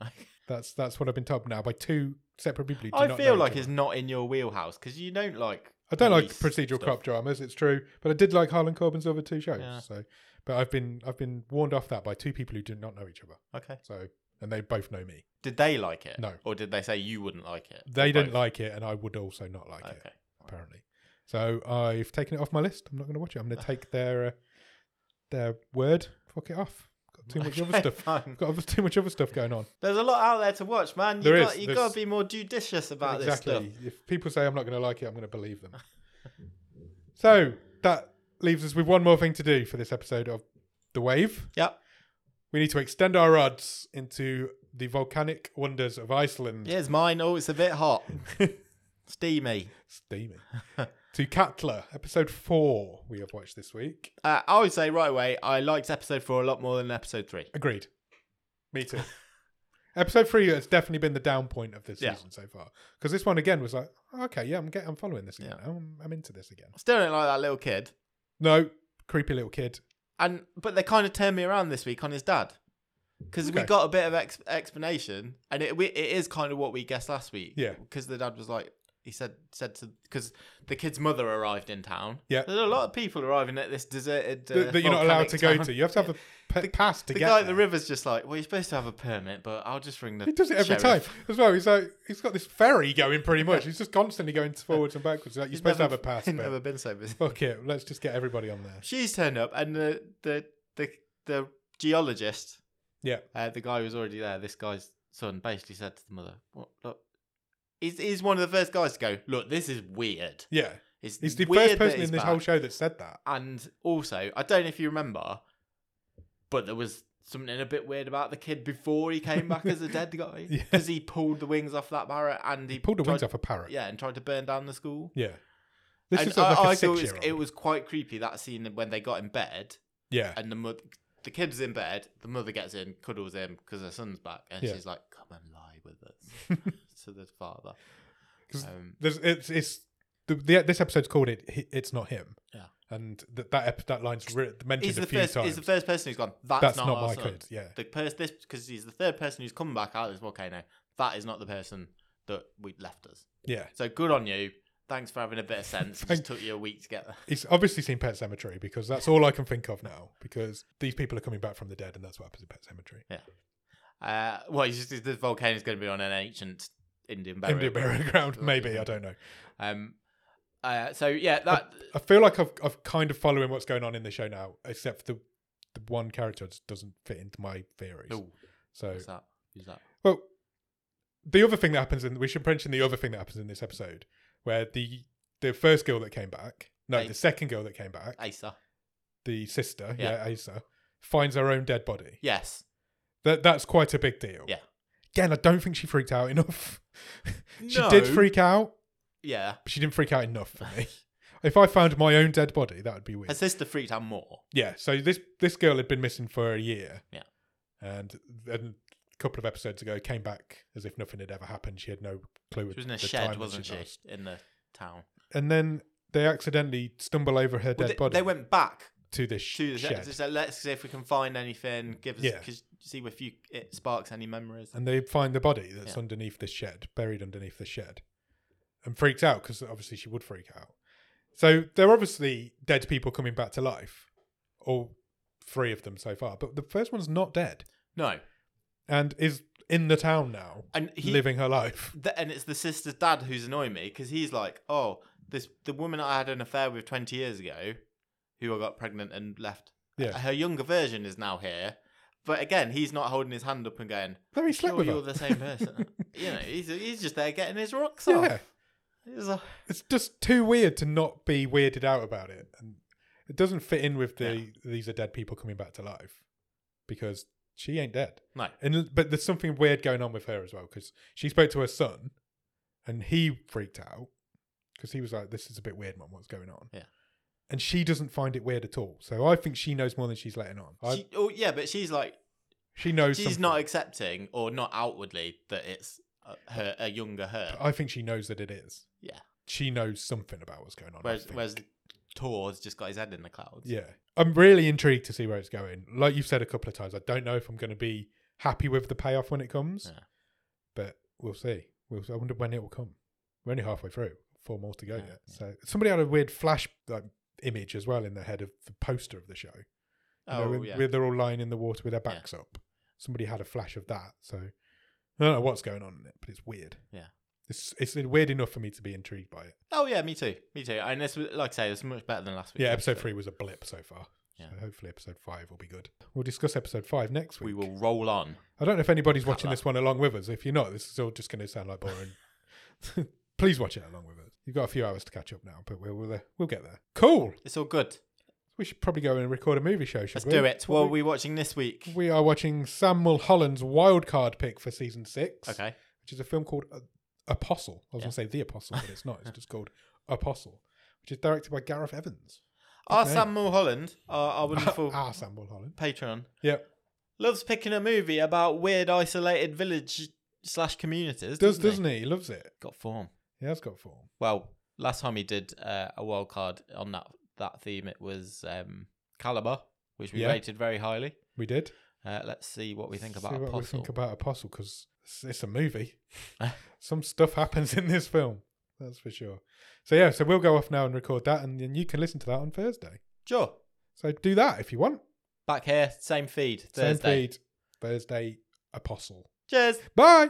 A: That's that's what I've been told now by two separate people. Who do
B: I
A: not
B: feel
A: know
B: like
A: each
B: it's not in your wheelhouse because you don't like.
A: other. I don't like
B: police
A: procedural
B: stuff.
A: cop dramas. It's true, but I did like Harlan Corbin's other two shows.
B: Yeah.
A: So, but I've been I've been warned off that by two people who do not know each other.
B: Okay.
A: So, and they both know me.
B: Did they like it?
A: No.
B: Or did they say you wouldn't like it?
A: They
B: Or
A: didn't
B: both?
A: like it, and I would also not like it
B: Okay.
A: apparently. So I've taken it off my list. I'm not going to watch it. I'm going to take their uh, their word. Fuck it off. Got too much other
B: Okay,
A: stuff.
B: fine.
A: Got other- too much other stuff going on.
B: There's a lot out there to watch, man. You
A: There
B: got,
A: is.
B: You
A: There's-
B: got to be more judicious about this
A: exactly.
B: stuff.
A: If people say I'm not going to like it, I'm going to believe them. so that leaves us with one more thing to do for this episode of The Wave.
B: Yep.
A: We need to extend our rods into the volcanic wonders of Iceland.
B: Here's mine. Oh, it's a bit hot. Steamy.
A: Steamy. to Catler, episode four. We have watched this week.
B: Uh, I would say right away, I liked episode four a lot more than episode three.
A: Agreed. Me too. Episode three has definitely been the down point of this
B: Yeah.
A: season so far because this one again was like, okay, yeah, I'm get, I'm following this again.
B: Yeah.
A: now. I'm, I'm into this again.
B: I still don't like that little kid.
A: No, creepy little kid.
B: and but they kind of turned me around this week on his dad because we
A: Okay.
B: got a bit of ex- explanation and it we, it is kind of what we guessed last week
A: Yeah.
B: because the dad was like he said said to because the kid's mother arrived in town
A: Yeah.
B: there's a lot of people arriving at this deserted uh,
A: that, that you're not allowed
B: volcanic
A: to go
B: town.
A: to. You have to have a pe- pass to
B: the
A: get
B: guy at
A: there.
B: the river's just like well you're supposed to have a permit but I'll just ring the
A: He does it every
B: sheriff."
A: time as well. He's like, he's got this ferry going pretty much. He's just constantly going forwards and backwards. He's like, you're
B: He's
A: supposed
B: never-
A: to have a pass,
B: he's
A: but
B: never been so busy
A: fuck it, let's just get everybody on there.
B: She's turned up, and the the the, the geologist,
A: Yeah.
B: uh, the guy who was already there. This guy's son basically said to the mother, "What? Look, he's, he's one of the first guys to go. Look, this is weird.
A: Yeah,
B: It's
A: he's the
B: weird
A: first person
B: that
A: in
B: he's
A: this
B: back."
A: whole show that said that.
B: And also, I don't know if you remember, but there was something a bit weird about the kid before he came back as a dead guy
A: Yeah.
B: because he pulled the wings off that parrot and he,
A: Pulled the wings
B: tried-
A: off a parrot.
B: Yeah, and tried to burn down the school.
A: Yeah. This
B: and
A: is sort of like a
B: I, I thought it was,
A: six-year-old.
B: it was quite creepy that scene when they got in bed
A: yeah.
B: and the mother, the kid's in bed. The mother gets in, cuddles him because her son's back, and
A: Yeah.
B: she's like, "Come and lie with us," to the father.
A: 'Cause
B: Um,
A: There's, it's it's the, the this episode's called it. Hi- It's not him.
B: Yeah.
A: And th- that ep- that line's re- mentioned
B: he's
A: a
B: the
A: few
B: first.
A: times.
B: He's the first person who's gone. That's,
A: That's
B: not,
A: not
B: our
A: my
B: son.
A: kid. Yeah.
B: The person this because he's the third person who's come back out of this volcano. That is not the person that we left us.
A: Yeah.
B: So good on you. Thanks for having a bit of sense. It
A: Thank-
B: just took you a week to get there.
A: He's obviously seen Pet Cemetery because that's all I can think of now. Because these people are coming back from the dead, and that's what happens in Pet Cemetery.
B: Uh, well, he's just, the volcano's going to be on an ancient Indian burial.
A: Indian
B: ground.
A: burial ground,
B: That's what
A: maybe
B: you
A: I
B: think.
A: don't know.
B: Um. Uh, so yeah, that
A: I feel like I've I've kind of following what's going on in the show now, except for the the one character just doesn't fit into my theories.
B: no.
A: So
B: Who's that? Who's that?
A: Well, the other thing that happens, in we should mention the other thing that happens in this episode, where the the first girl that came back, no,
B: Hey.
A: the second girl that came back,
B: Asa.
A: the sister,
B: Yeah.
A: yeah, Asa, finds her own dead body.
B: Yes.
A: That that's quite a big deal.
B: Yeah.
A: Again, I don't think she freaked out enough. she did freak out,
B: Yeah.
A: but she didn't freak out enough for me. if I found my own dead body, that would be weird.
B: Her sister freaked out more.
A: Yeah, so this this girl had been missing for a year.
B: Yeah.
A: And then a couple of episodes ago came back as if nothing had ever happened. She had no clue.
B: She was in
A: the
B: a
A: time
B: shed,
A: that
B: wasn't
A: she'd
B: she?
A: lost.
B: In the town.
A: And then they accidentally stumble over her
B: Well,
A: dead
B: they,
A: body
B: they went back
A: to this
B: to the shed.
A: shed.
B: They said, let's see if we can find anything. Give us,
A: Yeah.
B: cause see if you it sparks any memories.
A: And they find the body that's
B: Yeah.
A: underneath this shed, buried underneath the shed. And freaked out because obviously she would freak out. So they're obviously dead people coming back to life. All three of them so far. But the first one's not dead
B: No.
A: and is in the town now.
B: And he,
A: living her life.
B: th- and it's the sister's dad who's annoying me because he's like, oh, this the woman I had an affair with 20 years ago, who I got pregnant and left.
A: Yeah.
B: Her younger version is now here. But again, he's not holding his hand up and going,
A: No, he slept
B: sure
A: with
B: you're
A: her.
B: the same person. you know, he's, he's just there getting his rocks off.
A: yeah,
B: It's like-
A: it's just too weird to not be weirded out about it, and it doesn't fit in with the these are dead people coming back to life because she ain't dead.
B: No.
A: And but there's something weird going on with her as well because she spoke to her son, and he freaked out because he was like, "This is a bit weird, mum. What's going on?"
B: Yeah.
A: And she doesn't find it weird at all. So I think she knows more than she's letting on. I, she,
B: She, oh yeah, but she's like
A: knows.
B: she's
A: something.
B: not accepting or not outwardly that it's uh, her a younger her.
A: I think she knows that it is.
B: Yeah.
A: She knows something about what's going on. I
B: Whereas
A: think.
B: whereas Tor's just got his head in the clouds.
A: Yeah. I'm really intrigued to see where it's going. Like you've said a couple of times, I don't know if I'm going to be happy with the payoff when it comes,
B: Yeah.
A: but we'll see. We'll, I wonder when it will come. We're only halfway through, four more to go
B: Yeah,
A: yet.
B: yeah.
A: So somebody had a weird flash like, image as well in their head of the poster of the show. You know,
B: Oh
A: when-
B: yeah.
A: where they're all lying in the water with their
B: Yeah.
A: backs up. Somebody had a flash of that. So I don't know what's going on in it, but it's weird.
B: Yeah.
A: It's, it's weird enough for me to be intrigued by it.
B: Oh yeah, me too. Me too. And this was like I say, it's much better than last week.
A: yeah, episode three was a blip so far.
B: Yeah.
A: So hopefully episode five will be good. We'll discuss episode five next week.
B: We will roll on.
A: I don't know if anybody's watching
B: Cutler.
A: this one along with us. If you're not, this is all just going to sound like boring. Please watch it along with us. You've got a few hours to catch up now, but we'll we'll, uh, we'll get there. Cool.
B: It's all good.
A: We should probably go and record a movie show. Should
B: Let's
A: we?
B: do it. What
A: Well,
B: are we watching this week?
A: we are watching Sam Mulholland's wildcard pick for season six,
B: Okay.
A: which is a film called uh, Apostle. I was
B: Yeah.
A: going to say The Apostle, but it's not. It's just called Apostle, which is directed by Gareth Evans.
B: Our
A: Okay.
B: Sam Mulholland, our, our wonderful
A: Ah, Sam Mulholland.
B: patron,
A: Yep.
B: loves picking a movie about weird, isolated village slash communities.
A: Does,
B: doesn't,
A: doesn't he? He loves it.
B: he? Got form.
A: He has got form.
B: Well, last time he did uh, a wild card on that that theme, it was um, Caliber, which we
A: Yeah.
B: rated very highly.
A: We did.
B: Uh, let's see what we think
A: See
B: about
A: what we
B: Apostle.
A: think about Apostle because it's, it's a movie. Some stuff happens in this film, that's for sure. So yeah, so we'll go off now and record that, and then you can listen to that on Thursday.
B: sure.
A: So do that if you want.
B: Back here, same feed, Thursday.
A: Same feed, Thursday Apostle.
B: Cheers.
A: Bye.